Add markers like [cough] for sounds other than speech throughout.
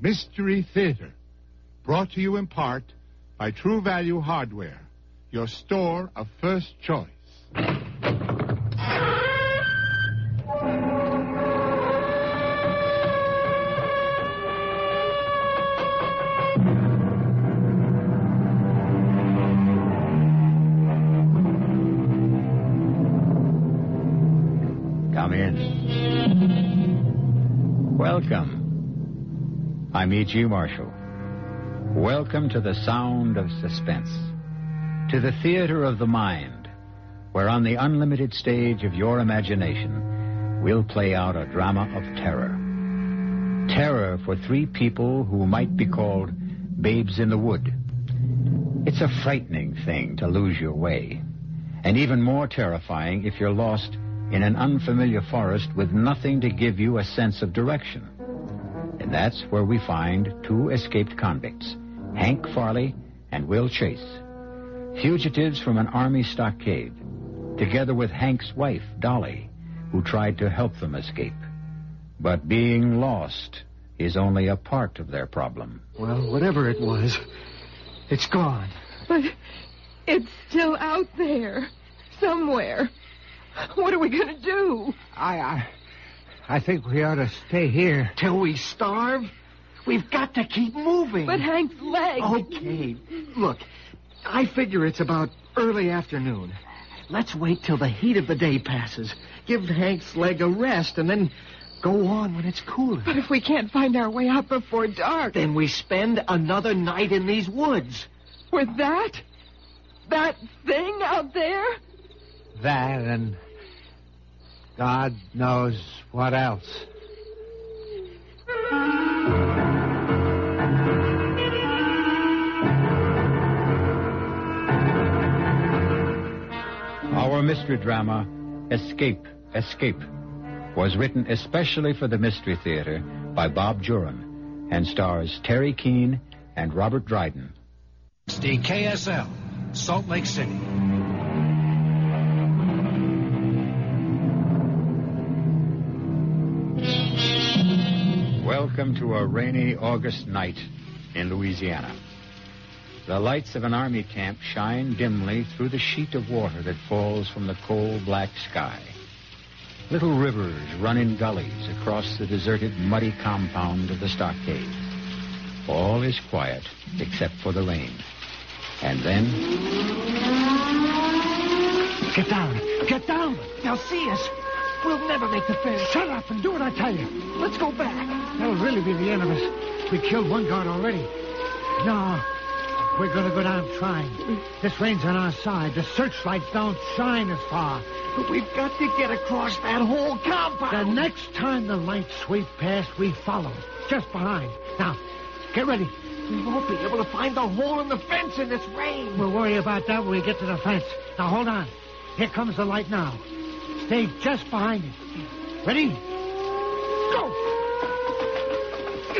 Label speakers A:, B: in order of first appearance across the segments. A: Mystery Theater. Brought to you in part by True Value Hardware, your store of first choice.
B: Come in. Welcome. I'm E.G. Marshall. Welcome to the sound of suspense, to the theater of the mind, where on the unlimited stage of your imagination, we'll play out a drama of terror. Terror for three people who might be called babes in the wood. It's a frightening thing to lose your way, and even more terrifying if you're lost in an unfamiliar forest with nothing to give you a sense of direction. And that's where we find two escaped convicts, Hank Farley and Will Chase, fugitives from an army stockade, together with Hank's wife, Dolly, who tried to help them escape. But being lost is only a part of their problem.
C: Well, whatever it was, it's gone.
D: But it's still out there, somewhere. What are we going to do?
C: I, I, I think we ought to stay here till we starve. We've got to keep moving.
D: But Hank's leg.
C: okay, look, I figure it's about early afternoon. Let's wait till the heat of the day passes. Give Hank's leg a rest, and then go on when it's cooler.
D: But if we can't find our way out before dark,
C: [laughs] Then we spend another night in these woods.
D: with that, that thing out there,
E: That and God knows what else.
B: Our mystery drama, Escape, Escape, was written especially for the Mystery Theater by Bob Joram and stars Terry Keane and Robert Dryden.
F: The KSL, Salt Lake City.
B: Welcome to a rainy August night in Louisiana. The lights of an army camp shine dimly through the sheet of water that falls from the coal black sky. Little rivers run in gullies across the deserted, muddy compound of the stockade. All is quiet except for the rain. And then,
C: Get down. Get down. They'll see us. We'll never make the fence. Shut up and do what I tell you. Let's go back. That'll really be the end of us. We killed one guard already. No. We're going to go down trying. This rain's on our side. The searchlights don't shine as far. But we've got to get across that whole compound. The next time the lights sweep past, we follow. Just behind. Now, get ready. We won't be able to find the hole in the fence in this rain. We'll worry about that when we get to the fence. Now, hold on. Here comes the light now. Stay just behind it. Ready? Go!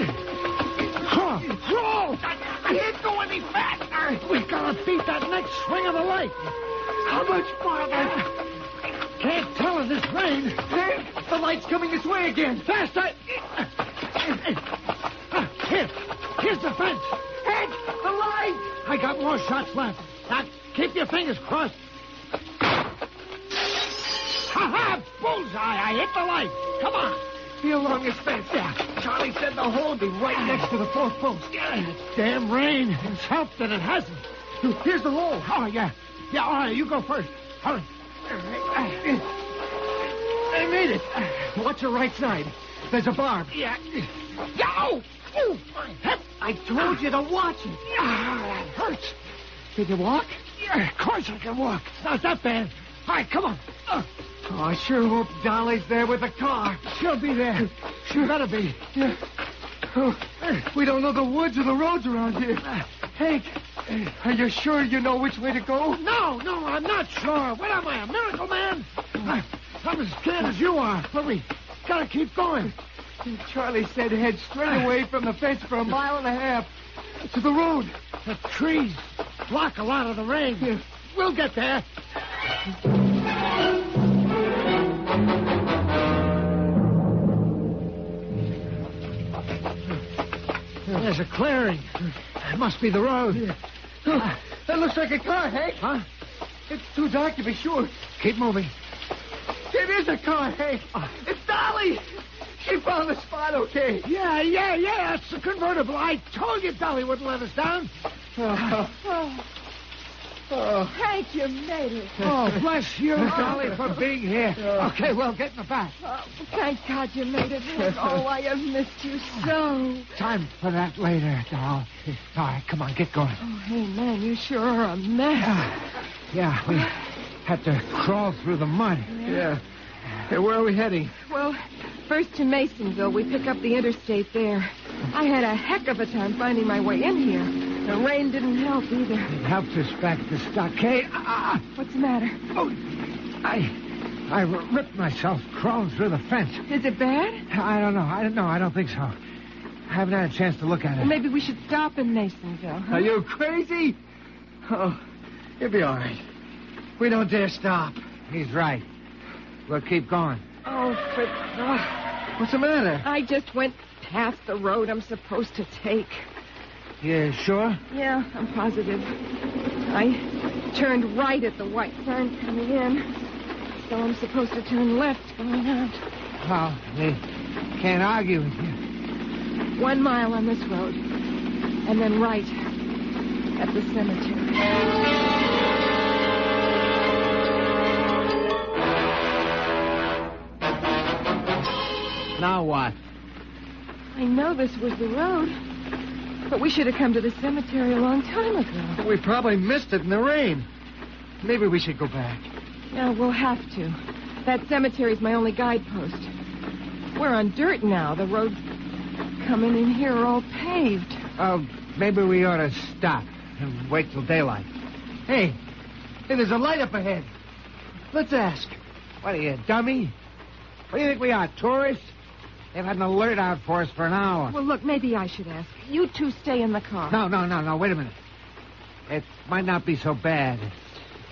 C: Crawl! Crawl! I can't go any faster! We've got to beat that next swing of the light. How much farther? Can't tell in this rain. The light's coming this way again. Faster! Here, here's the fence. Hank, the light! I got more shots left. Now, keep your fingers crossed. Ha ha! Bullseye! I hit the light. Come on. Be along this fence. Yeah. Charlie said the hole would be right next to the fourth post. Yeah. Damn rain. It's helped that it hasn't. Here's the hole. Oh, yeah. Yeah, all right. You go first. Hurry. I made it. Watch your right side. There's a barb. Yeah. Yeah. Oh! Oh, my hip. I told you to watch it. Ah, that hurts. Can you walk? Yeah, of course I can walk. It's not that bad. All right, come on. Uh, oh, I sure hope Dolly's there with the car. She'll be there. She better be. Yeah. Oh, we don't know the woods or the roads around here. Uh, Hank, are you sure you know which way to go? No, no, I'm not sure. What am I, a miracle man? I, I'm as scared as you are, but we gotta keep going. Uh. Charlie said head straight away from the fence for a mile and a half to the road. The trees block a lot of the rain. We'll get there. There's a clearing. It must be the road. Ah, that looks like a car, Hank. Huh? It's too dark to be sure. Keep moving. Ah. It is a car, Hank. It's Dolly. She found the spot okay. Yeah, yeah, yeah. It's a convertible. I told you Dolly wouldn't let us down.
D: Oh,
C: oh.
D: Hank, you made it.
C: Oh, bless [laughs] you, Dolly, for being here. Okay, well, get in the back.
D: Oh, thank God you made it, Hank. Oh, I have missed you so.
C: Time for that later, Doll. All right, come on, get going.
D: Oh, hey, man, you sure are a man.
C: Yeah, we had to crawl through the mud. Yeah. where are we heading?
D: Well, first to Masonville. We pick up the interstate there. I had a heck of a time finding my way in here. The rain didn't help either.
C: It helped us back the stockade. Ah,
D: What's the matter?
C: oh, I, I ripped myself crawling through the fence.
D: Is it bad?
C: I don't know. I don't know. I don't think so. I haven't had a chance to look at
D: Well,
C: it.
D: maybe we should stop in Masonville. huh?
C: Are you crazy? Oh, you'll be all right. We don't dare stop. He's right. We'll keep going.
D: Oh, for God.
C: Ah, What's the matter?
D: I just went past the road I'm supposed to take.
C: You sure?
D: Yeah, I'm positive. I turned right at the white sign coming in. So I'm supposed to turn left going out.
C: Well, they can't argue with you.
D: One mile on this road. And then right at the cemetery.
G: Now what?
D: I know this was the road. But we should have come to the cemetery a long time ago.
C: We probably missed it in the rain. Maybe we should go back.
D: Yeah, we'll have to. That cemetery's my only guidepost. We're on dirt now. The roads coming in here are all paved.
C: Uh, maybe we ought to stop and wait till daylight. Hey, hey, there's a light up ahead. Let's ask. What are you, dummy? What do you think we are, tourists? They've had an alert out for us for an hour.
D: Well, look, maybe I should ask. You two stay in the car.
C: No, no, no, no. Wait a minute. It might not be so bad. It's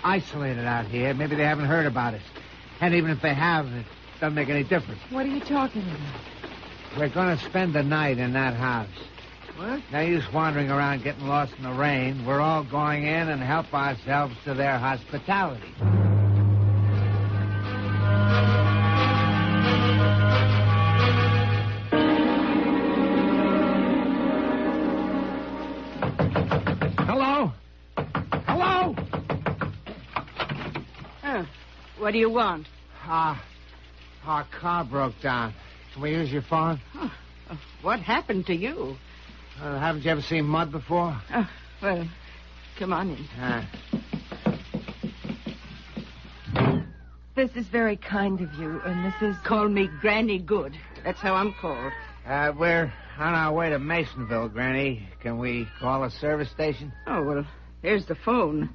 C: isolated out here. Maybe they haven't heard about us. And even if they have, it doesn't make any difference.
D: What are you talking about?
C: We're going to spend the night in that house.
D: What?
C: No use wandering around getting lost in the rain. We're all going in and help ourselves to their hospitality. Hello? Hello?
H: Oh, what do you want?
C: Ah, our car broke down. Can we use your phone?
H: What happened to you?
C: Uh, haven't you ever seen mud before?
H: Oh, well, come on in.
C: Ah.
D: This is very kind of you, uh, Mrs.
H: Call me Granny Good. That's how I'm called.
C: Uh, we're on our way to Masonville, Granny. Can we call a service station?
H: Oh, well, there's the phone.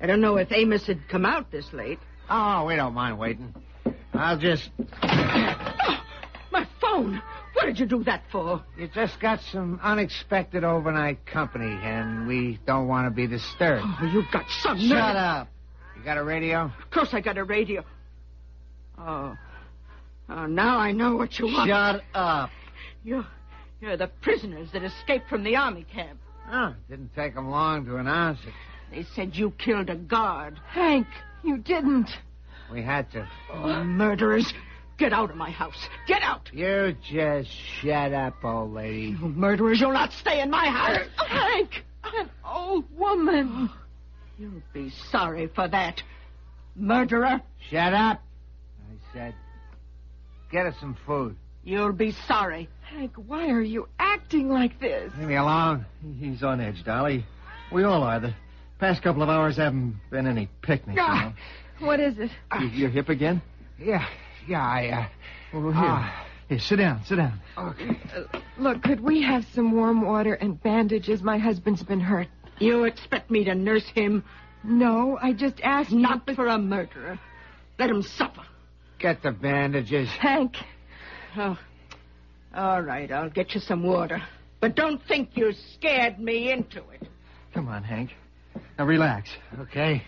H: I don't know if Amos had come out this late.
C: Oh, we don't mind waiting. I'll just.
H: Oh, my phone! What did you do that for?
C: You just got some unexpected overnight company, and we don't want to be disturbed.
H: [gasps] Oh, you got some nerve.
C: Shut up. You got a radio?
H: Of course I got a radio. Oh. Oh, now I know what you want.
C: Shut up.
H: You're, you're the prisoners that escaped from the army camp.
C: Oh, didn't take 'em long to announce it.
H: They said you killed a guard.
D: Hank. You didn't.
C: We had to.
H: Oh, murderers. Get out of my house. Get out.
C: You just shut up, old lady.
H: You murderers, you'll not stay in my house.
D: Hank! An old woman.
H: You'll be sorry for that. Murderer,
C: Shut up, I said. Get us some food.
H: you'll be sorry.
D: Hank, why are you acting like this?
C: Leave me alone.
G: He's on edge, Dolly. We all are. The past couple of hours haven't been any picnic.
D: Ah, what is it?
G: You, you're hip again?
C: Yeah, yeah, I, uh.
G: Well, here.
C: Ah.
G: Here, sit down, sit down.
D: Look, could we have some warm water and bandages? My husband's been hurt.
H: You expect me to nurse him?
D: No, I just asked you,
H: Not
D: but-
H: for a murderer. Let him suffer.
C: Get the bandages.
D: Hank.
H: Oh. All right, I'll get you some water. But don't think you scared me into it.
G: Come on, Hank. Now relax.
C: Okay.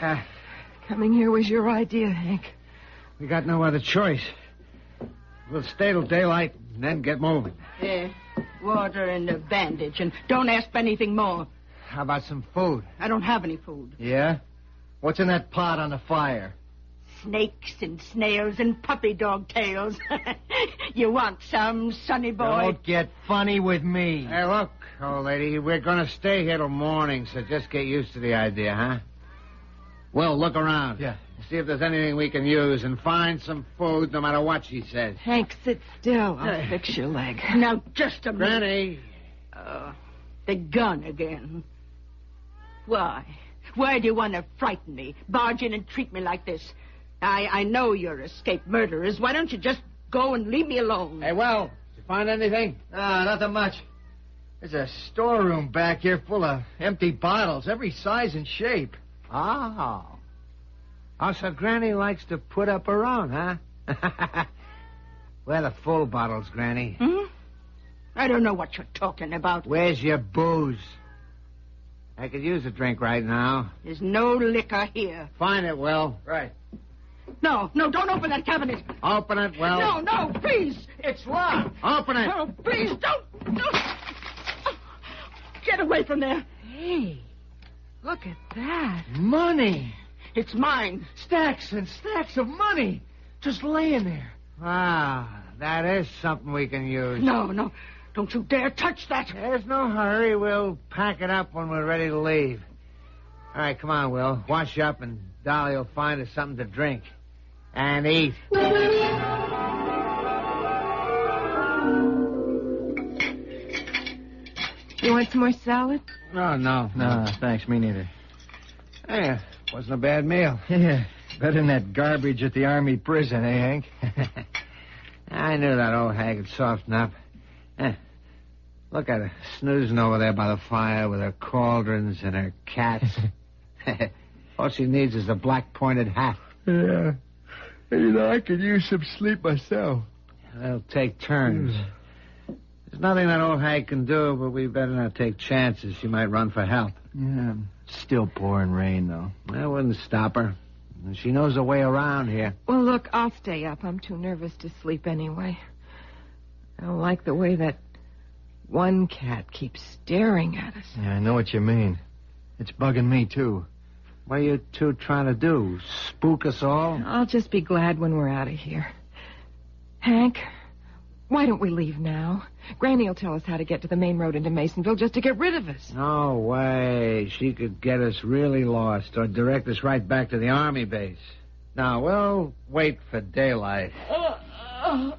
C: Uh,
D: Coming here was your idea, Hank.
C: we got no other choice. We'll stay till daylight and then get moving.
H: There. Water and a bandage, and don't ask for anything more.
C: How about some food?
H: I don't have any food.
C: Yeah? What's in that pot on the fire?
H: Snakes and snails and puppy dog tails. [laughs] you want some, sonny boy?
C: Don't get funny with me. Hey, look, old lady, we're going to stay here till morning, so just get used to the idea, huh? Well, look around. Yeah. See if there's anything we can use and find some food no matter what she says.
D: Hank, sit still. I'll fix your [laughs] leg.
H: Now, just a minute.
C: Granny,
H: Oh, the gun again. Why? Why do you want to frighten me, barge in and treat me like this? I, I know you're escaped murderers. Why don't you just go and leave me alone?
C: Hey, well, did you find anything? Ah, nothing much. There's a storeroom back here full of empty bottles, every size and shape. Oh. Oh, so Granny likes to put up her own, huh? [laughs] Where are the full bottles, Granny?
H: Hmm? I don't know what you're talking about.
C: Where's your booze? I could use a drink right now.
H: There's no liquor here.
C: Find it, Will. Right.
H: No, no, don't open that cabinet.
C: Open it, Will.
H: No, no, please. It's locked.
C: Open it.
H: No, Oh, please, don't. No. Get away from there.
D: Hey, look at that.
C: Money.
H: It's mine.
C: Stacks and stacks of money just laying there. Wow, that is something we can use.
H: No, no. Don't you dare touch that.
C: There's no hurry. We'll pack it up when we're ready to leave. All right, come on, Will. Wash up, and Dolly will find us something to drink and eat.
D: You want some more salad?
C: Oh, no. No, thanks. Me neither. Eh, wasn't a bad meal. Yeah, better than that garbage at the Army prison, eh, Hank? [laughs] I knew that old hag would soften up. Eh, look at her, snoozing over there by the fire with her cauldrons and her [laughs] cats. All she needs is a black pointed hat.
I: Yeah. You know, I could use some sleep myself.
C: They'll take turns. Hmm. There's nothing that old hag can do, but we better not take chances. She might run for help.
A: Yeah, still pouring rain, though.
C: I wouldn't stop her. She knows the way around here.
D: Well, look, I'll stay up. I'm too nervous to sleep anyway. I don't like the way that one cat keeps staring at us.
A: Yeah, I know what you mean. It's bugging me, too.
C: What are you two trying to do? Spook us all?
D: I'll just be glad when we're out of here. Hank, why don't we leave now? Granny will tell us how to get to the main road into Masonville just to get rid of us.
C: No way. She could get us really lost or direct us right back to the army base. Now, we'll wait for daylight.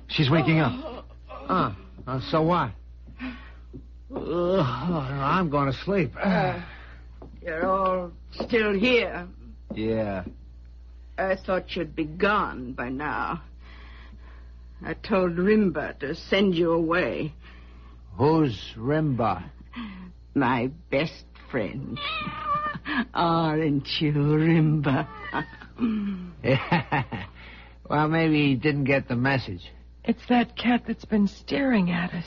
A: She's waking up.
C: Ah, uh, so what? Ugh, I'm going to sleep.
A: Ah.
H: Uh. You're all still here.
A: Yeah.
H: I thought you'd be gone by now. I told Rimba to send you away.
C: Who's Rimba?
H: My best friend. Aren't you, [laughs] Rimba?
C: [laughs] well, maybe he didn't get the message.
D: It's that cat that's been staring at us.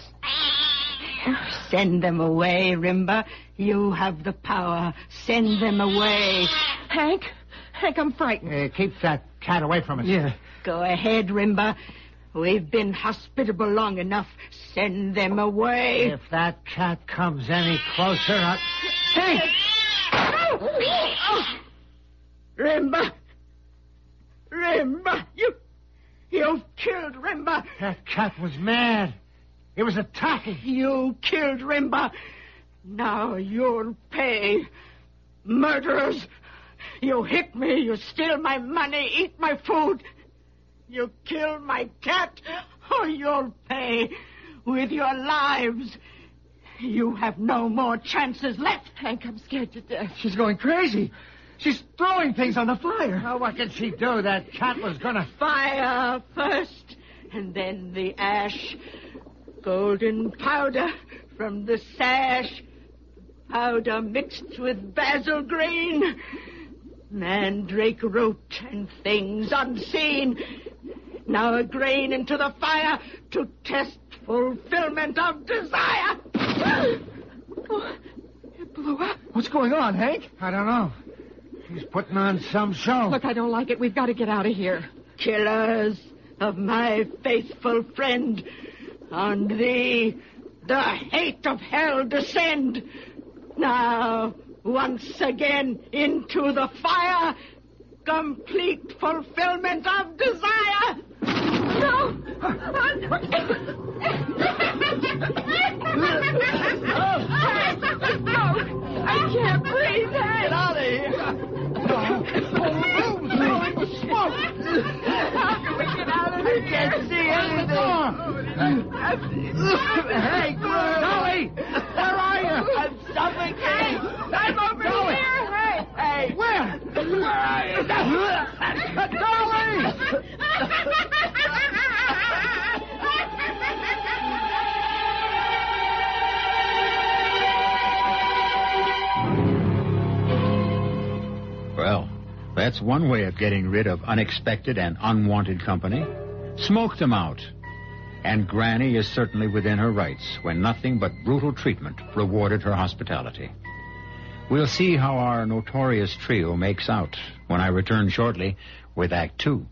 H: Send them away, Rimba. You have the power. Send them away.
D: Hank, Hank, I'm frightened.
C: Uh, keep that cat away from us.
A: Yeah.
H: Go ahead, Rimba. We've been hospitable long enough. Send them away.
C: If that cat comes any closer, I... Hey!
H: Rimba! Rimba! You. You've killed Rimba!
C: That cat was mad. It was attacking.
H: You killed Rimba! Now you'll pay. Murderers! You hit me, you steal my money, eat my food. You kill my cat, or you'll pay with your lives. You have no more chances left.
D: Hank, I'm scared to death.
C: She's going crazy. She's throwing things on the fire. Oh, what can she do? That cat was gonna.
H: Fire first, and then the ash. Golden powder from the sash. Powder mixed with basil green. Mandrake root and things unseen. Now a grain into the fire to test fulfillment of desire.
D: It blew up.
C: What's going on, Hank? I don't know. She's putting on some show.
D: Look, I don't like it. We've got to get out of here.
H: Killers, of my faithful friend. On thee the hate of hell descend. Now, once again into the fire, complete fulfillment of desire. No! I can't breathe. Get out of here. How can we get out of here? I can't see anything. hey, Dolly! Where are you? I'm suffocating. I'm over here. Hey, hey. Where? Where are you? Dolly!
B: Well, that's one way of getting rid of unexpected and unwanted company. Smoke them out. And Granny is certainly within her rights when nothing but brutal treatment rewarded her hospitality. We'll see how our notorious trio makes out when I return shortly with Act Two.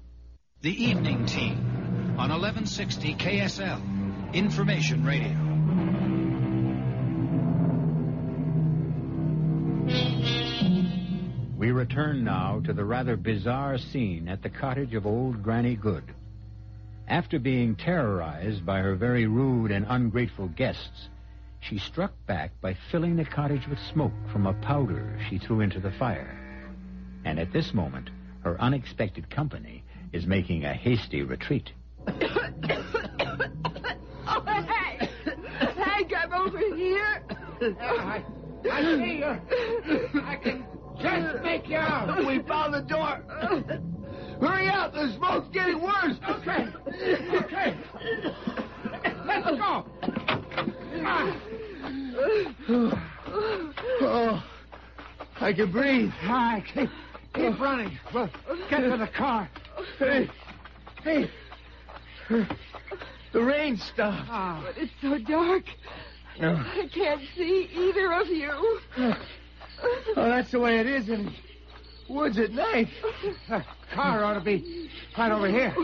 J: The Evening Team on 1160 KSL, Information Radio.
B: We return now to the rather bizarre scene at the cottage of old Granny Good. After being terrorized by her very rude and ungrateful guests, she struck back by filling the cottage with smoke from a powder she threw into the fire. And at this moment, her unexpected company is making a hasty retreat.
H: Oh, Hank! Hank, I'm over here.
C: I, I see you. I can just make you out.
A: We found the
C: [laughs]
A: door. Hurry up! The smoke's getting worse.
C: Okay. Okay. Let's go. Ah,
A: Oh, I can breathe.
C: I keep, keep running. Well, get to the car.
A: Hey, hey. The rain stopped.
C: Ah,
D: But it's so dark.
A: No.
D: I can't see either of you.
A: Oh, that's the way it is in woods at night.
C: the car ought to be right over here.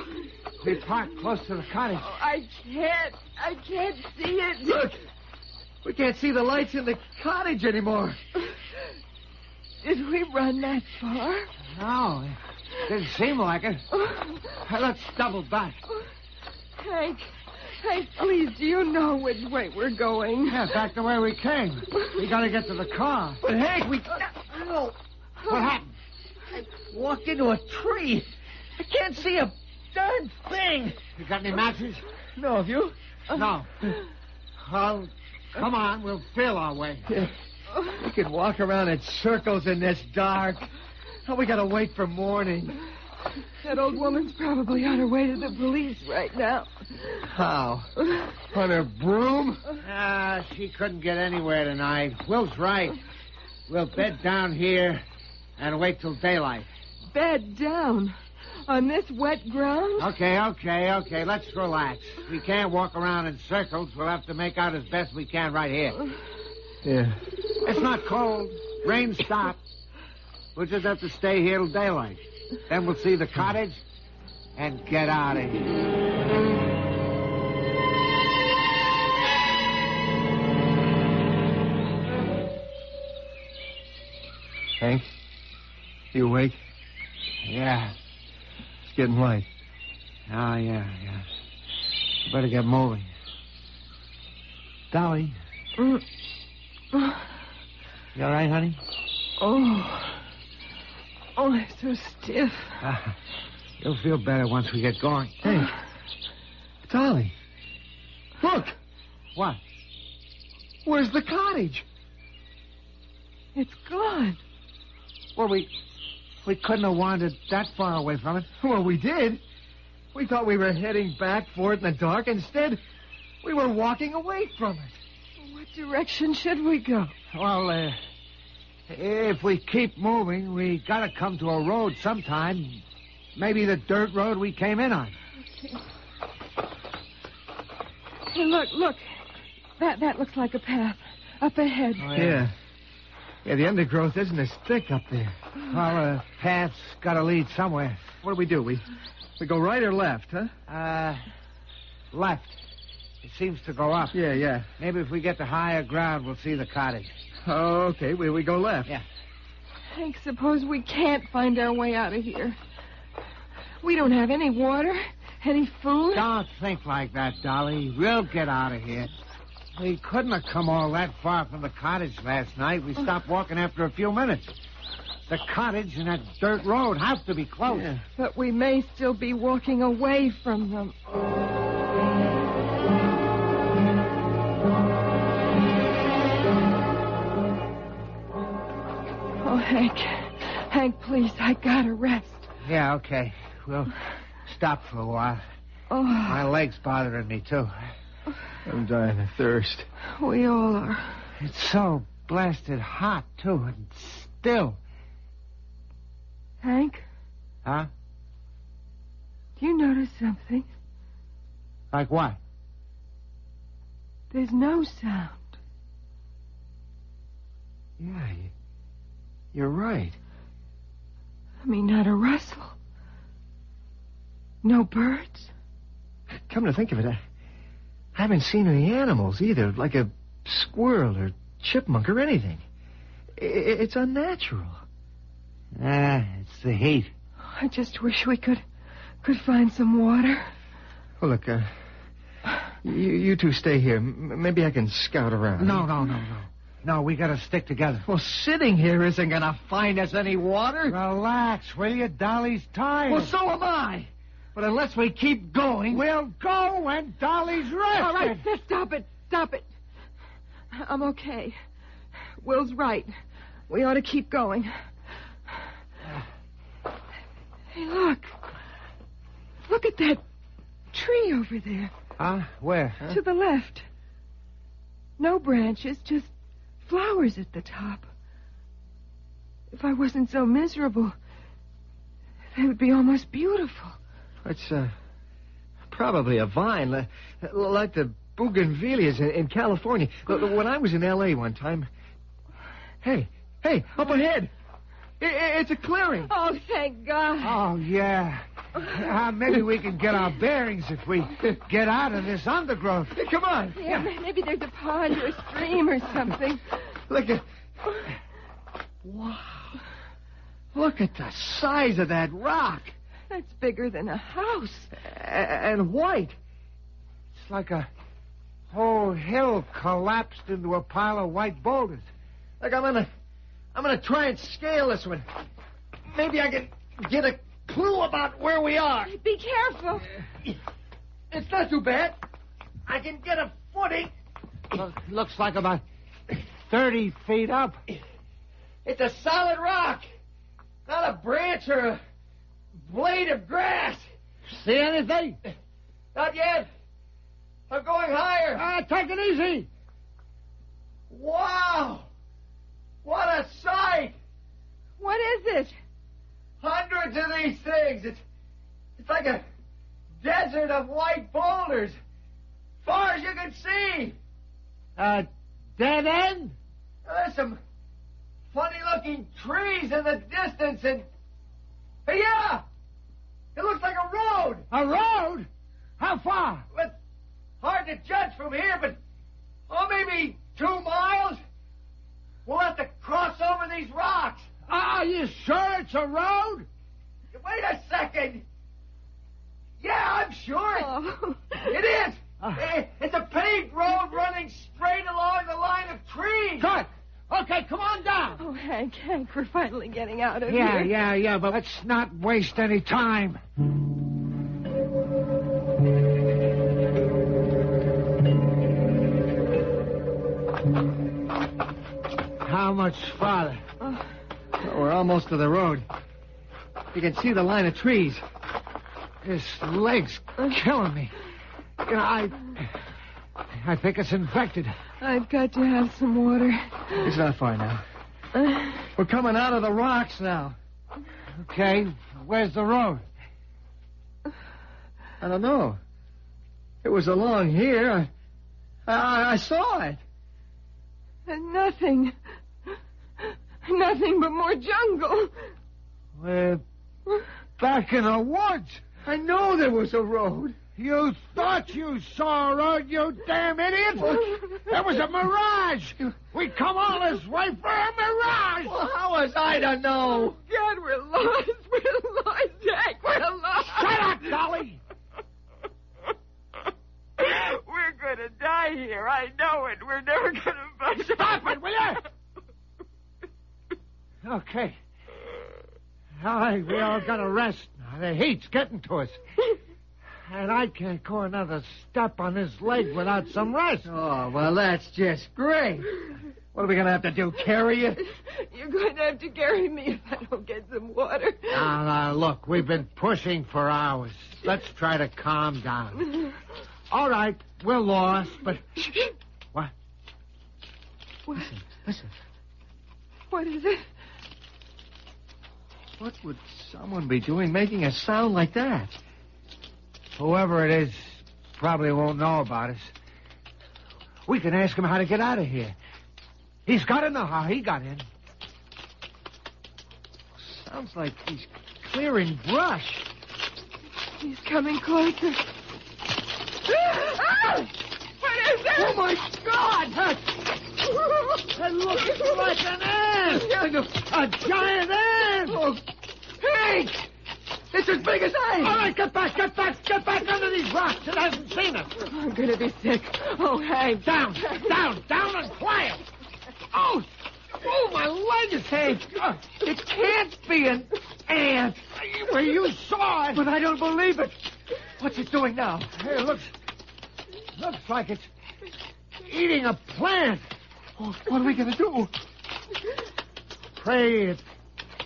C: We parked close to the cottage.
D: I can't. I can't see it.
A: Look, we can't see the lights in the cottage anymore.
D: Did we run that far?
C: No, it didn't seem like it. Hey, Let's double back.
D: Oh, Hank, Hank, please, do you know which way we're going?
C: Yeah, back the way we came. We gotta get to the car.
A: But Hank, we
D: Uh,
C: Ow. What happened?
A: walked into a tree. I can't see a darn thing.
C: You got any matches?
A: No, have you?
C: No. Well, come on, we'll feel our way.
A: We could walk around in circles in this dark. Now we gotta wait for morning.
D: That old woman's probably on her way to the police right now.
A: How? On her broom?
C: Ah, she couldn't get anywhere tonight. Will's right. We'll bed down here and wait till daylight.
D: Bed down on this wet ground?
C: Okay, okay, okay. Let's relax. We can't walk around in circles. We'll have to make out as best we can right here.
A: Yeah.
C: It's not cold. Rain stopped. We'll just have to stay here till daylight. Then we'll see the cottage and get out of here.
A: Hank? You awake?
C: Yeah.
A: It's getting light.
C: Oh, yeah, yeah. Better get moving.
A: Dolly. Mm. You all right, honey?
D: Oh. Oh, I'm so stiff.
C: Ah, you'll feel better once we get going.
A: Hank. Dolly. Look!
C: What?
A: Where's the cottage?
D: It's gone.
C: Well, we we couldn't have wandered that far away from it.
A: Well, we did. We thought we were heading back for it in the dark. Instead, we were walking away from it.
D: What direction should we go?
C: Well, uh, if we keep moving, we gotta come to a road sometime. Maybe the dirt road we came in on.
D: Hey, look, look. That that looks like a path up ahead.
C: Oh,
A: yeah. Yeah, the undergrowth isn't as thick up there.
C: Well, a path's gotta lead somewhere.
A: What do we do? We
B: We go right or left, huh?
C: Uh, left. It seems to go up.
B: Yeah, yeah.
C: Maybe if we get to higher ground, we'll see the cottage.
B: Okay, we, we go left.
C: Yeah.
D: Hank, suppose we can't find our way out of here. We don't have any water, any food.
C: Don't think like that, Dolly. We'll get out of here. We couldn't have come all that far from the cottage last night. We stopped walking after a few minutes. The cottage and that dirt road have to be close.
D: But we may still be walking away from them. Oh, Hank. Hank, please, I gotta rest.
C: Yeah, okay. We'll stop for a while.
D: Oh,
C: My leg's bothering me, too.
A: I'm dying of thirst.
D: we all are.
C: It's so blasted hot, too, and still.
D: Hank,
C: Huh?
D: do you notice something?
C: Like what?
D: There's no sound.
A: Yeah, you- you're right.
D: I mean, not a rustle. No birds.
A: Come to think of it, I I haven't seen any animals either, like a squirrel or chipmunk or anything. I- I- It's unnatural.
C: Ah, it's the heat.
D: I just wish we could could find some water.
A: Well, look, uh, you, you two stay here. M- maybe I can scout around.
C: No, no, no, no. No, we gotta stick together.
A: Well, sitting here isn't going to find us any water.
C: Relax, will you? Dolly's tired.
A: Well, so am I. But unless we keep going.
C: We'll go when Dolly's rested.
D: All right, s- [laughs] stop it. Stop it. I'm okay. Will's right. We ought to keep going. Hey, look. Look at that tree over there
C: Huh? Where?
D: to the left. No branches, just flowers at the top. If I wasn't so miserable, they would be almost beautiful.
A: It's uh, probably a vine, li- like the bougainvilleas in, in California. L- l- When I was in L.A. one time. Hey, hey, up ahead! I- I- it's a clearing.
D: Oh, thank God.
C: Oh, yeah. Uh, maybe we can get our bearings if we get out of this undergrowth.
A: Come on,
D: Yeah, ma- maybe there's a pond or a stream or [laughs] something.
A: look at. Wow, look at the size of that rock
D: That's bigger than a house.
A: A- and white.
C: It's like a whole hill collapsed into a pile of white boulders.
A: Look, I'm gonna, I'm gonna try and scale this one. Maybe I can get a clue about where we are.
D: Be careful.
A: It's not too bad. I can get a footing.
C: Look, looks like about 30 feet up.
A: It's a solid rock, not a branch or a blade of grass.
C: See anything?
A: Not yet. I'm going higher.
C: Ah, take it easy.
A: Wow! What a sight!
D: What is it?
A: Hundreds of these things. It's it's like a desert of white boulders, far as you can see.
C: Uh, dead end?
A: There's some funny-looking trees in the distance, and hey, yeah, it looks like a road.
C: A road? How far?
A: But hard to judge from here, but oh, maybe two miles. We'll have to cross over these rocks.
C: Are you sure it's a road?
A: Wait a second. Yeah, I'm sure it,
D: Oh.
A: it is. Eh, It's a paved road running straight along the line of trees.
C: Good. Okay, come on down.
D: [laughs] Oh, Hank, Hank, we're finally getting out of
C: Yeah,
D: here.
C: yeah, yeah, but let's not waste any time. How much farther?
D: Oh,
A: We're almost to the road. You can see the line of trees.
C: This leg's killing me. You know, I. I think it's infected.
D: I've got to have some water.
A: It's not far now.
D: Uh,
A: We're coming out of the rocks now.
C: Okay, where's the road?
A: I don't know. It was along here. I, I, I saw it.
D: and nothing. Nothing but more jungle.
C: We're back in the woods.
A: I know there was a road.
C: You thought you saw a road, you damn idiot! That was a mirage! We come all this way for a mirage!
A: Well, how was I to know?
D: God, we're lost. We're lost, Jack. We're lost.
C: Shut up, Dolly!
K: We're going to die here. I know it. We're never going to find
C: Stop it, will
D: [laughs]
C: you? Okay. All right, we all gotta rest now. The heat's getting to us.
A: [laughs]
C: And I can't go another step on this leg without some rest.
A: Oh, well, that's just great. What are we going to have to do? Carry you?
D: You're going to have to carry me if I don't get some water. [laughs]
C: Now, now, look, we've been pushing for hours. Let's try to calm down. All right, we're lost, but
D: What? What is it?
A: What would someone be doing making a sound like that?
C: whoever it is probably won't know about us. We can ask him how to get out of here. He's got to know how he got in.
A: Sounds like he's clearing brush.
D: He's coming closer. Ah! What is it?
A: Oh, my God! That looks like an ant! Like a, a giant ant! Oh, hey! It's as big as I! All right, get back, get back, get back under these rocks. It hasn't seen us.
D: I'm going to be sick. Oh, Hank.
A: Down, down, down and quiet. Oh, oh, my leg is... Hey, it can't be an ant. Well, you saw it. But I don't believe it. What's it doing now?
C: Hey, it looks looks like it's eating a plant.
A: Oh, what are we going to do?
C: Pray it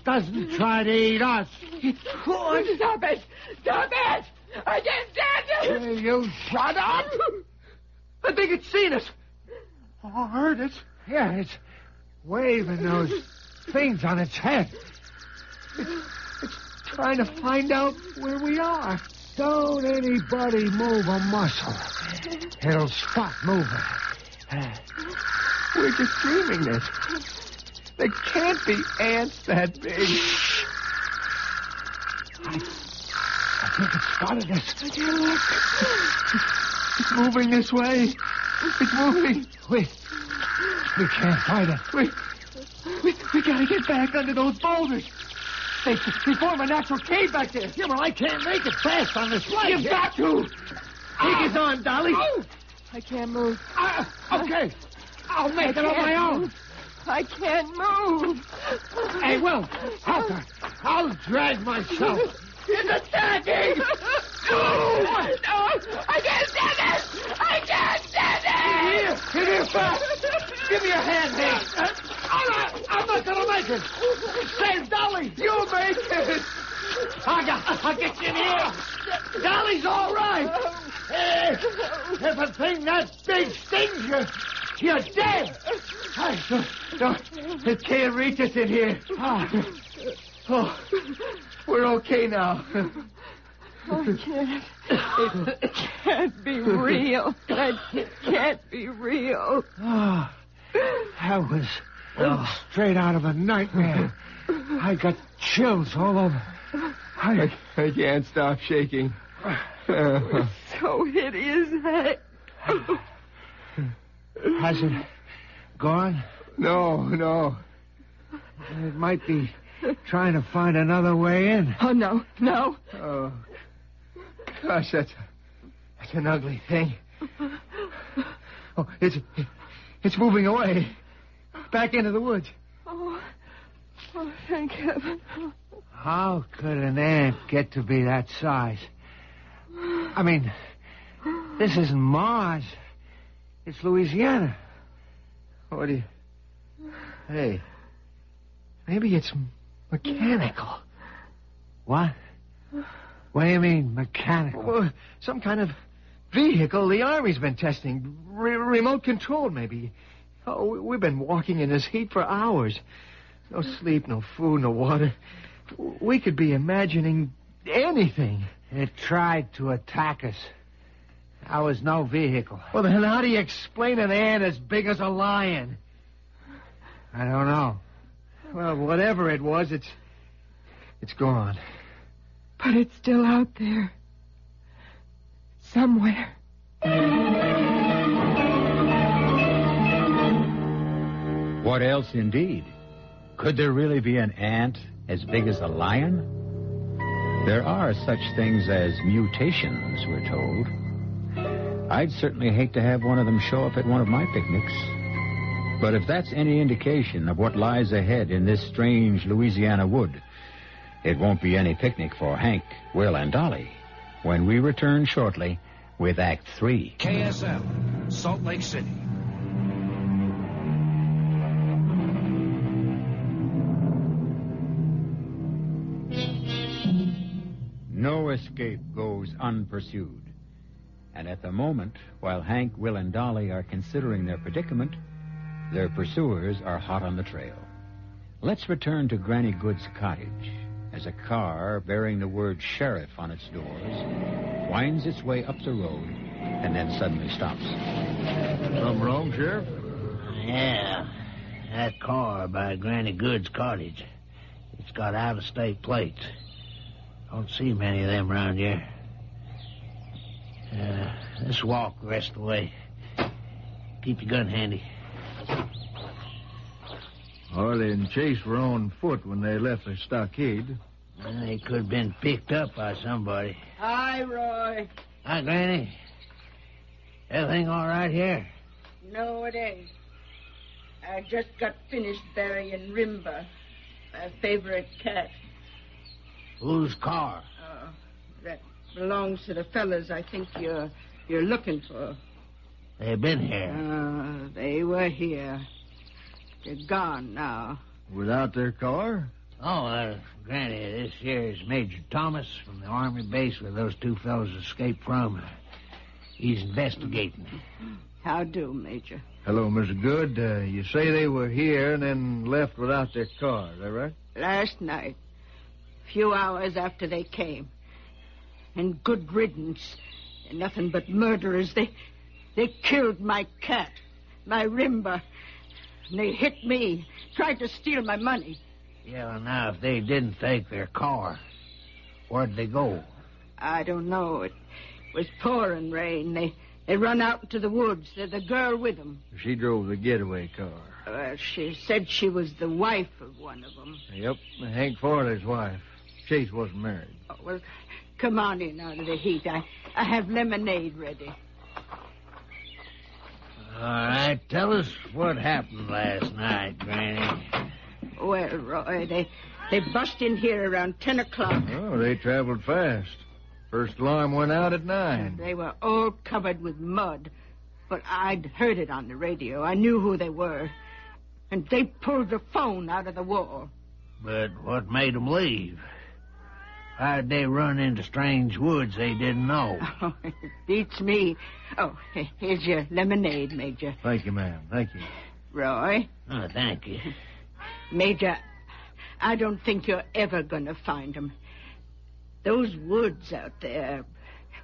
C: doesn't try to eat us.
A: It could.
D: Stop it. Stop it. I can't stand it.
C: Will you shut up?
A: I think it's seen us.
C: Oh,
A: I heard it.
C: Yeah, it's waving those things on its head.
A: Trying to find out where we are.
C: Don't anybody move a muscle. It'll stop moving.
A: We're just dreaming this. There can't be ants that big.
C: I think it's spotted us.
A: It's moving this way. It's moving.
C: Wait. We can't fight it.
A: We, we, we gotta get back under those boulders. They, they form a natural cave back there.
C: Yeah, well, I can't make it fast on this leg.
A: You've got to. Oh, Take his arm, Dolly.
D: I can't move.
C: Ah, okay.
A: I'll make uh, it on my own.
D: I can't move.
C: Hey, Will, help her. I'll drag myself.
A: [laughs] It's
C: [laughs]
A: attacking. No!
D: No, I can't stand it. I can't stand
A: Here, come here fast. Give me a hand, Hank. All right, I'm not going to make it. Save Dolly. You make it. I got, I'll get you in here. Dolly's all right. Eh, If a thing that big stings you, you're dead. Hey, no, no, it can't reach us in here. Ah. Oh, we're okay now.
D: it. I can't. It can't be real. That can't be real.
A: Ah.
C: Oh, that was
A: Oh.
C: straight out of a nightmare. I got chills all over. I,
A: I can't stop shaking. [laughs] Uh,
D: So it is that.
C: has it gone?
A: no, no.
C: It might be trying to find another way in.
D: Oh, no, no.
A: Oh, gosh, that's that's an ugly thing. Oh, it's it's moving away, back into the woods.
D: Oh, oh thank heaven.
C: How could an ant get to be that size? I mean, this isn't Mars. It's Louisiana.
A: What do you? Hey, maybe it's mechanical.
C: What? What do you mean, mechanical?
A: Well, some kind of vehicle the army's been testing, Re- remote control maybe. Oh, we- we've been walking in this heat for hours. No sleep, no food, no water. We could be imagining anything.
C: It tried to attack us. I was no vehicle.
A: Well, then how do you explain an ant as big as a lion?
C: I don't know.
A: Well, whatever it was, it's it's gone.
D: But it's still out there. Somewhere.
B: What else, indeed? Could there really be an ant as big as a lion? There are such things as mutations, we're told. I'd certainly hate to have one of them show up at one of my picnics. But if that's any indication of what lies ahead in this strange Louisiana wood, it won't be any picnic for Hank, Will, and Dolly when we return shortly with Act Three.
F: KSL, Salt Lake City.
B: No escape goes unpursued. And at the moment, while Hank, Will, and Dolly are considering their predicament, their pursuers are hot on the trail. Let's return to Granny Good's cottage as a car bearing the word sheriff on its doors winds its way up the road and then suddenly stops.
L: Something wrong, Sheriff?
M: Yeah. That car by Granny Good's cottage. It's got out of state plates. Don't see many of them around here. Uh, let's walk the rest of the way. Keep your gun handy.
L: Harley and Chase were on foot when they left the stockade.
M: Well, they could have been picked up by somebody.
H: Hi, Roy.
M: Hi, Granny. Everything all right here?
H: No, it ain't. I just got finished burying Rimba, my favorite cat.
M: Whose car?
H: Uh, that belongs to the fellas I think you're you're looking for.
M: They've been here.
H: Uh, they were here. They're gone now.
L: Without their car?
M: Oh, uh, Granny, this here is Major Thomas from the Army base where those two fellows escaped from. He's investigating.
H: How do, Major?
L: Hello, Mr. Good. Uh, you say they were here and then left without their car, is that right?
H: Last night, few hours after they came, and good riddance, and nothing but murderers. They they killed my cat, my Rimba. And they hit me, tried to steal my money.
M: Yeah, well, now, if they didn't take their car, where'd they go?
H: I don't know. It was pouring rain. They they run out into the woods. The, the girl with them.
L: She drove the getaway car.
H: Well, she said she was the wife of one of them.
L: Yep, Hank Farley's wife. Chase wasn't married.
H: Oh, well, come on in out of the heat. I, I have lemonade ready.
M: All right, tell us what happened last night, Granny.
H: Well, Roy, they they bust in here around ten o'clock.
L: Oh, they traveled fast. First alarm went out at nine.
H: They were all covered with mud, but I'd heard it on the radio. I knew who they were, and they pulled the phone out of the wall. [laughs]
M: But what made 'em leave? How'd they run into strange woods they didn't know?
H: Oh, it beats me. Oh, here's your lemonade, Major.
L: Thank you, ma'am. Thank you.
H: Roy,
M: Oh, thank you.
H: Major, I don't think you're ever going to find 'em. Those woods out there,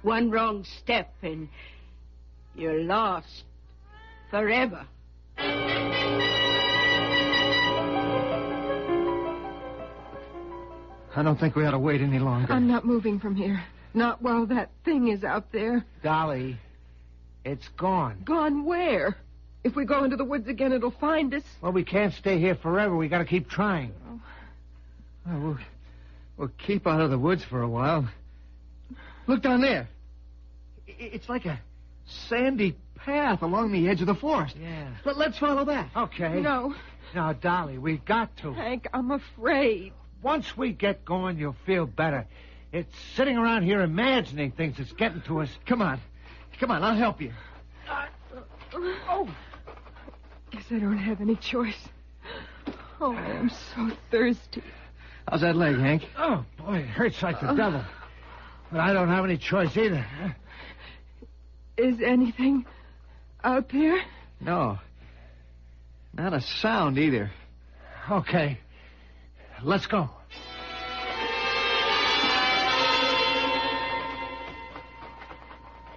H: one wrong step and you're lost forever.
C: I don't think we ought to wait any longer.
D: I'm not moving from here. Not while that thing is out there.
C: Dolly, it's gone.
D: Gone where? If we go into the woods again, it'll find us.
C: Well, we can't stay here forever. We got to keep trying. Well, we'll, we'll keep out of the woods for a while. Look down there. I- It's like a sandy path along the edge of the forest.
A: Yeah.
C: Let, let's follow that. Okay.
D: No,
C: Now, Dolly, we've got to.
D: Hank, I'm afraid.
C: Once we get going, you'll feel better. It's sitting around here imagining things that's getting to us. Come on. Come on, I'll help you.
D: Oh. Guess I don't have any choice. Oh, I am so thirsty.
C: How's that leg, Hank? Oh, boy, it hurts like the devil. But I don't have any choice either.
D: Is anything out there?
C: No. Not a sound either. Okay. Let's go.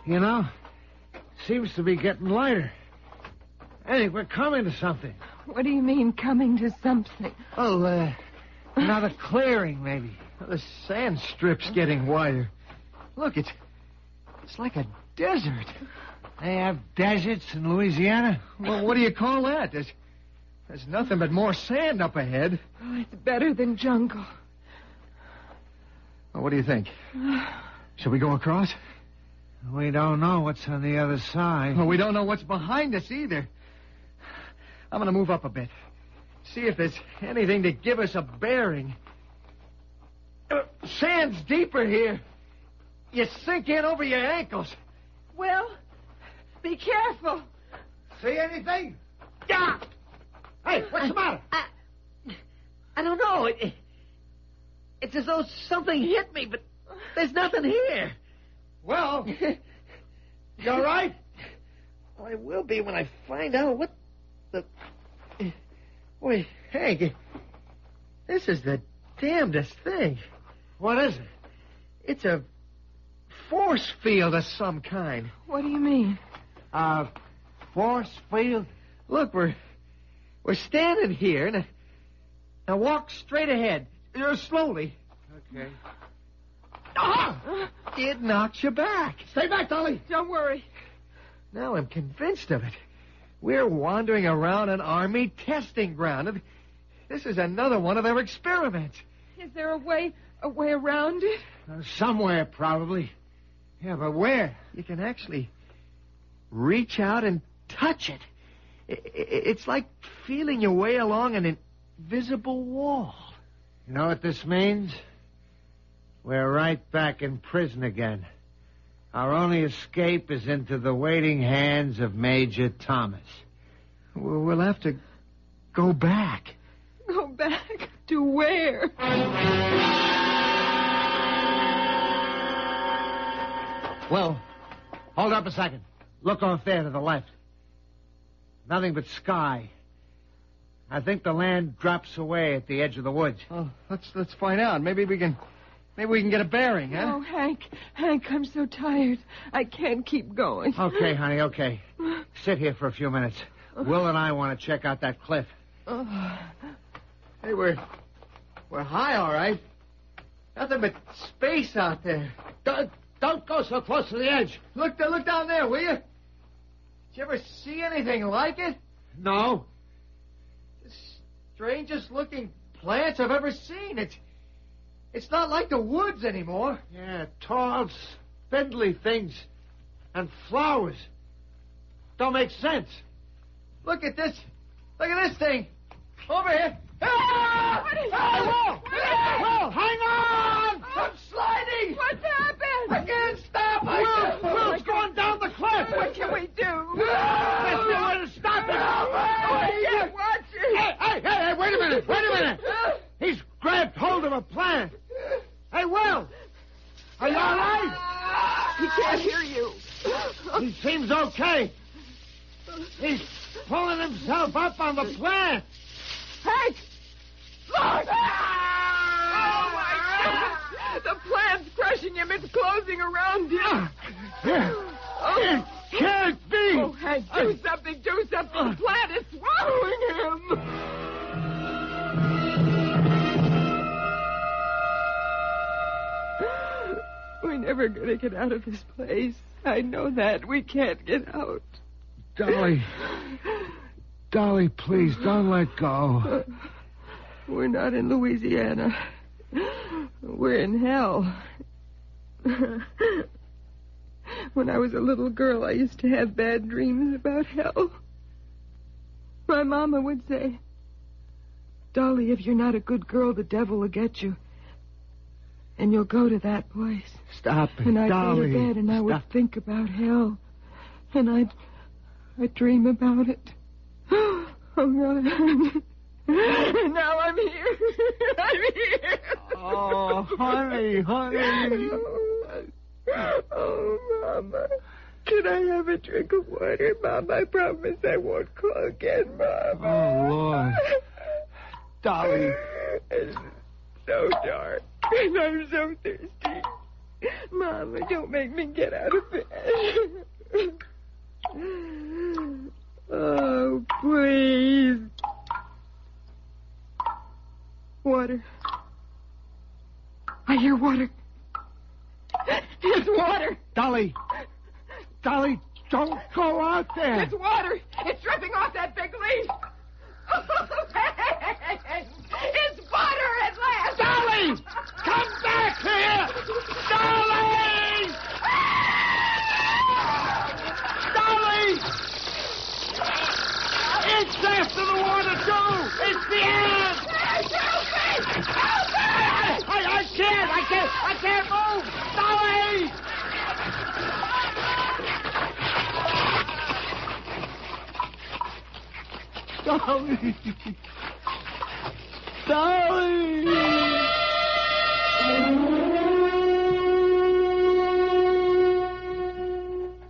C: You know, seems to be getting lighter. Hey, we're coming to something.
D: What do you mean coming to something?
C: Well, uh, another clearing, maybe. The sand strip's getting wider. Look, it's it's like a desert.
A: They have deserts in Louisiana?
C: Well, what do you call that? There's there's nothing but more sand up ahead.
D: Well, Oh, it's better than jungle.
C: Well, what do
A: [sighs]
C: you think? Should we go across?
A: We don't know what's on the other side.
C: Well, we don't know what's behind us either. I'm going to move up a bit. See if there's anything to give us a bearing. Uh, sand's deeper here. You sink in over your ankles.
D: Well, be careful.
A: See anything?
H: Yeah.
A: Hey, what's the matter?
H: I, I don't know. It, it- it's as though something hit me, but there's nothing here.
A: Well, you all right?
H: I will be when I find out what
C: Wait, Hank. This is the damnedest thing.
A: What is it?
C: It's a force field of some kind.
D: What do you mean?
A: A force field?
C: Uh, Look, we're we're standing here. Now, now walk straight ahead, uh, slowly.
A: Okay.
C: Ah! It knocks you back.
A: Stay back, Dolly.
D: Don't worry.
C: Now I'm convinced of it. We're wandering around an army testing ground. This is another one of their experiments.
D: Is there a way a way around it?
A: Uh, somewhere, probably. Yeah, but where?
C: You can actually reach out and touch it. I- I- It's like feeling your way along an invisible wall.
A: You know what this means? We're right back in prison again. Our only escape is into the waiting hands of Major Thomas.
C: We'll we'll have to go back.
D: Go back to where?
A: Well, hold up a second. Look off there to the left. Nothing but sky. I think the land drops away at the edge of the woods.
C: Well, Oh, let's let's find out. Maybe we can maybe we can get a bearing, huh?
D: Oh, Hank, Hank, I'm so tired. I can't keep going.
A: Okay, honey, okay. Sit here for a few minutes. Will and I want to check out that cliff.
D: Oh,
C: Hey, we're we're high, all right. Nothing but space out there.
A: Don't, don't go so close to the edge.
C: Look, there- look down there, will you? Did you ever see anything like it?
A: No.
C: The strangest looking plants I've ever seen. It's it's not like the woods anymore.
A: Yeah, tall, spindly things and flowers. Don't make sense.
C: Look at this. Look at this thing. Over here. Ah!
D: What is
C: Ah,
D: it?
C: whoa!
D: What is it?
C: Whoa, hang on! I'm sliding!
D: What's happened?
C: I can't stop! I
D: Will, Will's
C: going down the cliff!
D: What can we do?
C: There's no way to stop it!
D: I can't watch it.
A: Hey, hey, hey, hey, wait a minute, wait a minute. He's grabbed hold of a plant. Hey, Will. Are you all right?
D: He can't hear you.
A: He seems okay. He's pulling himself up on the plant.
D: Hank! Look! Oh, my God! The plant's crushing him. It's closing around him.
A: It can't be.
D: Oh, Hank, do something. Do something. The plant is swallowing him. We're never going to get out of this place. I know that. We can't get out. [laughs]
A: Dolly, Dolly, please don't let go.
D: We're not in Louisiana. We're in hell. when I was a little girl, I used to have bad dreams about hell. My mama would say, Dolly, if you're not a good girl, the devil will get you. And you'll go to that place.
A: Stop it,
D: And I'd
A: Dolly.
D: go to bed and I would
A: Stop.
D: think about hell. And I'd I'd dream about it. [gasps] Oh God. [laughs] And now I'm here. [laughs] I'm here.
A: Oh, honey, honey.
D: [laughs] Oh, Mama. Can I have a drink of water, Mama? I promise I won't call again, Mama.
A: Oh, Lord. Dolly.
D: It's so dark. And I'm so thirsty. Mama, don't make me get out of bed. oh, please. Water. I hear water. It's water.
N: Dolly. Dolly, don't go out there.
D: It's water. It's dripping off that big leaf. [laughs] it's butter at last.
N: Dolly! Come back here! Dolly! Dolly! It's after the water, too! It's the air! Help me! Help me! I, I can't! I can't! I can't move! Dolly! Dolly! Dolly!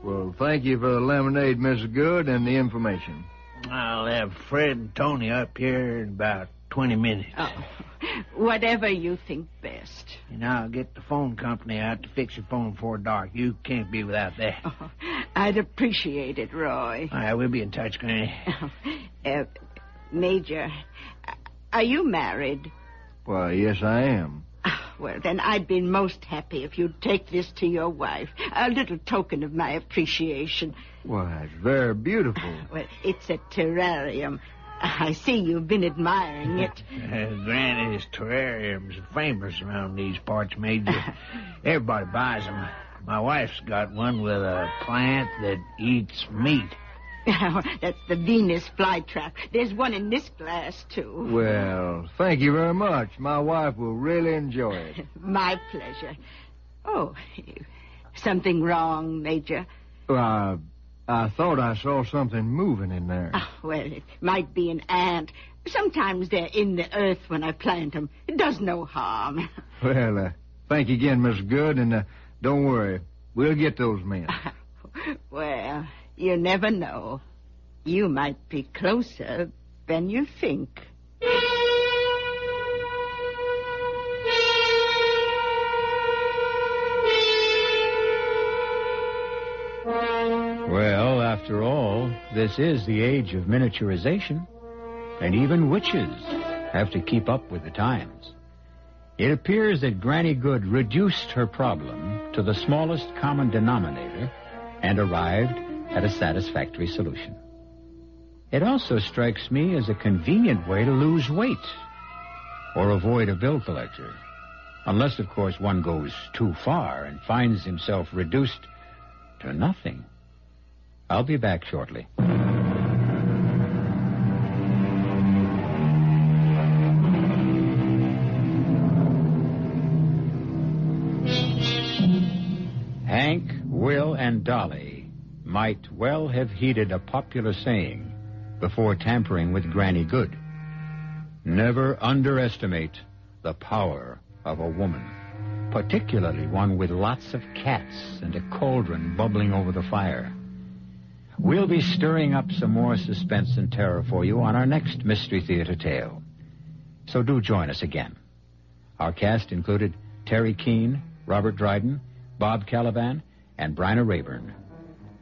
A: Well, thank you for the lemonade, Mrs. Good, and the information.
C: I'll have Fred and Tony up here in about 20 minutes.
H: Oh. Whatever you think best. [laughs]
C: And I'll get the phone company out to fix your phone before dark. You can't be without that.
H: Oh. I'd appreciate it, Roy. [laughs]
C: All right, we'll be in touch, Granny. [laughs]
H: Uh, Major, are you married?
A: Why, yes, I am.
H: Ah, Well, then I'd be most happy if you'd take this to your wife. A little token of my appreciation.
A: Why, it's very beautiful.
H: Well, it's a terrarium. I see you've been admiring it. [laughs]
C: Granny's terrariums are famous around these parts, Major. Everybody buys them. My wife's got one with a plant that eats meat.
H: Oh, That's the Venus flytrap. There's one in this glass, too.
A: Well, thank you very much. My wife will really enjoy
H: [laughs]
A: it.
H: My pleasure. Oh, something wrong, Major?
A: Well, I, Uh, I thought I saw something moving in there.
H: Ah, Well, it might be an ant. Sometimes they're in the earth when I plant 'em. It does no harm. [laughs]
A: Well, uh, thank you again, Mrs. Good, and uh, don't worry. We'll get those men.
H: [laughs] Well, you never know. You might be closer than you think.
B: Well, after all, this is the age of miniaturization, and even witches have to keep up with the times. It appears that Granny Good reduced her problem to the smallest common denominator and arrived at a satisfactory solution. It also strikes me as a convenient way to lose weight or avoid a bill collector. Unless, of course, one goes too far and finds himself reduced to nothing. I'll be back shortly. Hank, Will, and Dolly might well have heeded a popular saying before tampering with Granny Good. Never underestimate the power of a woman, particularly one with lots of cats and a cauldron bubbling over the fire. We'll be stirring up some more suspense and terror for you on our next Mystery Theater tale. So do join us again. Our cast included Terry Keane, Robert Dryden, Bob Caliban, and Bryna Rayburn.